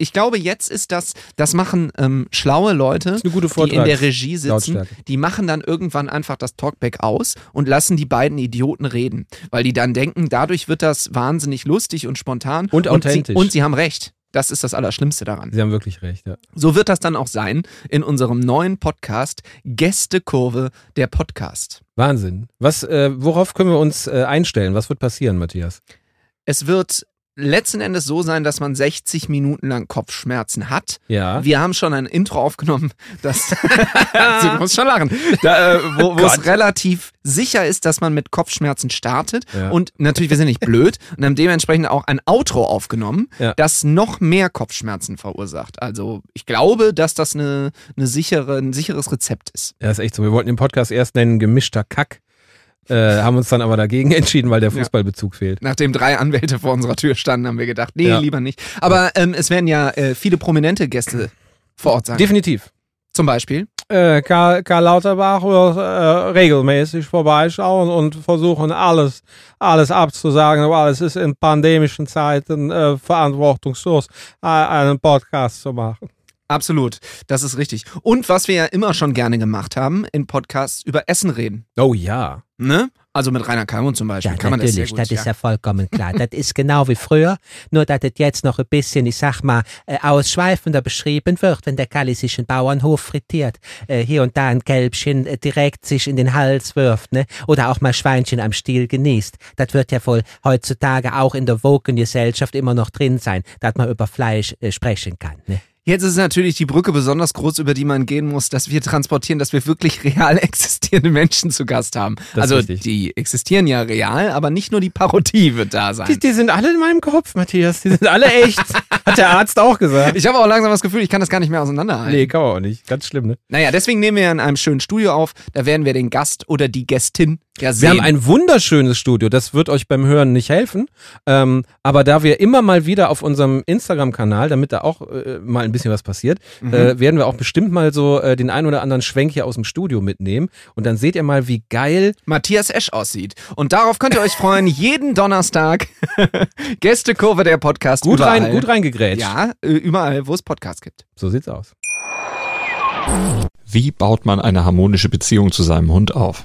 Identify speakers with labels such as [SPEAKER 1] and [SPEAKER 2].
[SPEAKER 1] ich glaube, jetzt ist das, das machen ähm, schlaue Leute,
[SPEAKER 2] ist eine gute
[SPEAKER 1] die
[SPEAKER 2] Vortrag.
[SPEAKER 1] in der Regie sitzen,
[SPEAKER 2] Lautstärke.
[SPEAKER 1] die machen dann irgendwann einfach das Talkback aus und lassen die beiden Idioten reden, weil die dann denken, dadurch wird das wahnsinnig lustig und spontan
[SPEAKER 2] Und
[SPEAKER 1] Und sie,
[SPEAKER 2] authentisch.
[SPEAKER 1] und sie haben recht. Das ist das Allerschlimmste daran.
[SPEAKER 2] Sie haben wirklich recht, ja.
[SPEAKER 1] So wird das dann auch sein in unserem neuen Podcast Gästekurve der Podcast.
[SPEAKER 2] Wahnsinn. Was, äh, worauf können wir uns äh, einstellen? Was wird passieren, Matthias?
[SPEAKER 1] Es wird letzten Endes so sein, dass man 60 Minuten lang Kopfschmerzen hat.
[SPEAKER 2] Ja.
[SPEAKER 1] Wir haben schon ein Intro aufgenommen, das Sie muss schon lachen, da, äh, wo wo es
[SPEAKER 2] Gott.
[SPEAKER 1] relativ sicher ist, dass man mit Kopfschmerzen startet.
[SPEAKER 2] Ja.
[SPEAKER 1] Und natürlich, wir sind nicht blöd und haben dementsprechend auch ein Outro aufgenommen,
[SPEAKER 2] Ja.
[SPEAKER 1] das noch mehr Kopfschmerzen verursacht. Also ich glaube, dass das eine, eine sichere, ein sicheres Rezept ist.
[SPEAKER 2] Ja, ist echt so. Wir wollten den Podcast erst nennen gemischter Kack, äh, haben uns dann aber dagegen entschieden, weil der Fußballbezug fehlt.
[SPEAKER 1] Nachdem drei Anwälte vor unserer Tür standen, haben wir gedacht, nee,
[SPEAKER 2] Ja.
[SPEAKER 1] lieber nicht. Aber ähm, es werden ja äh, viele prominente Gäste vor Ort sein.
[SPEAKER 2] Definitiv.
[SPEAKER 1] Zum Beispiel.
[SPEAKER 2] Äh, Karl, Karl Lauterbach wird äh, regelmäßig vorbeischauen und versuchen, alles, alles abzusagen, aber alles ist in pandemischen Zeiten äh, verantwortungslos, äh, einen Podcast zu machen.
[SPEAKER 1] Absolut, das ist richtig. Und was wir ja immer schon gerne gemacht haben, in Podcasts über Essen reden.
[SPEAKER 2] Oh ja.
[SPEAKER 1] Ne? Also mit Rainer Kalmund zum Beispiel.
[SPEAKER 3] Ja,
[SPEAKER 1] kann man das sehr
[SPEAKER 3] natürlich,
[SPEAKER 1] gut.
[SPEAKER 3] das,
[SPEAKER 1] ja.
[SPEAKER 3] ist ja vollkommen klar. das ist genau wie früher, nur dass das jetzt noch ein bisschen, ich sag mal, äh, ausschweifender beschrieben wird, wenn der Kalli sich einen Bauernhof frittiert, äh, hier und da ein Kälbchen äh, direkt sich in den Hals wirft, ne? oder auch mal Schweinchen am Stiel genießt. Das wird ja wohl heutzutage auch in der Woken-Gesellschaft immer noch drin sein, dass man über Fleisch äh, sprechen kann. Ne?
[SPEAKER 1] Jetzt ist natürlich die Brücke besonders groß, über die man gehen muss, dass wir transportieren, dass wir wirklich real existierende Menschen zu Gast haben.
[SPEAKER 2] Das ist
[SPEAKER 1] also
[SPEAKER 2] richtig.
[SPEAKER 1] die existieren ja real, aber nicht nur die Parodie wird da sein.
[SPEAKER 2] sind alle in meinem Kopf, Matthias. Die sind alle echt. Hat der Arzt auch gesagt.
[SPEAKER 1] Ich habe auch langsam das Gefühl, ich kann das gar nicht mehr auseinanderhalten.
[SPEAKER 2] Nee, kann man auch nicht. Ganz schlimm, ne?
[SPEAKER 1] Naja, deswegen nehmen wir ja in einem schönen Studio auf. Da werden wir den Gast oder die Gästin ja
[SPEAKER 2] Wir
[SPEAKER 1] sehen.
[SPEAKER 2] haben ein wunderschönes Studio, das wird euch beim Hören nicht helfen. Ähm, aber da wir immer mal wieder auf unserem Instagram-Kanal, damit da auch äh, mal ein bisschen was passiert, äh, werden wir auch bestimmt mal so äh, den einen oder anderen Schwenk hier aus dem Studio mitnehmen. Und dann seht ihr mal, wie geil.
[SPEAKER 1] Matthias Esch aussieht. Und darauf könnt ihr euch freuen, jeden Donnerstag. Gästekurve der Podcast.
[SPEAKER 2] Gut,
[SPEAKER 1] überall.
[SPEAKER 2] rein, gut reingegrätscht.
[SPEAKER 1] Ja, äh, überall, wo es Podcasts gibt.
[SPEAKER 2] So sieht's aus.
[SPEAKER 4] Wie baut man eine harmonische Beziehung zu seinem Hund auf?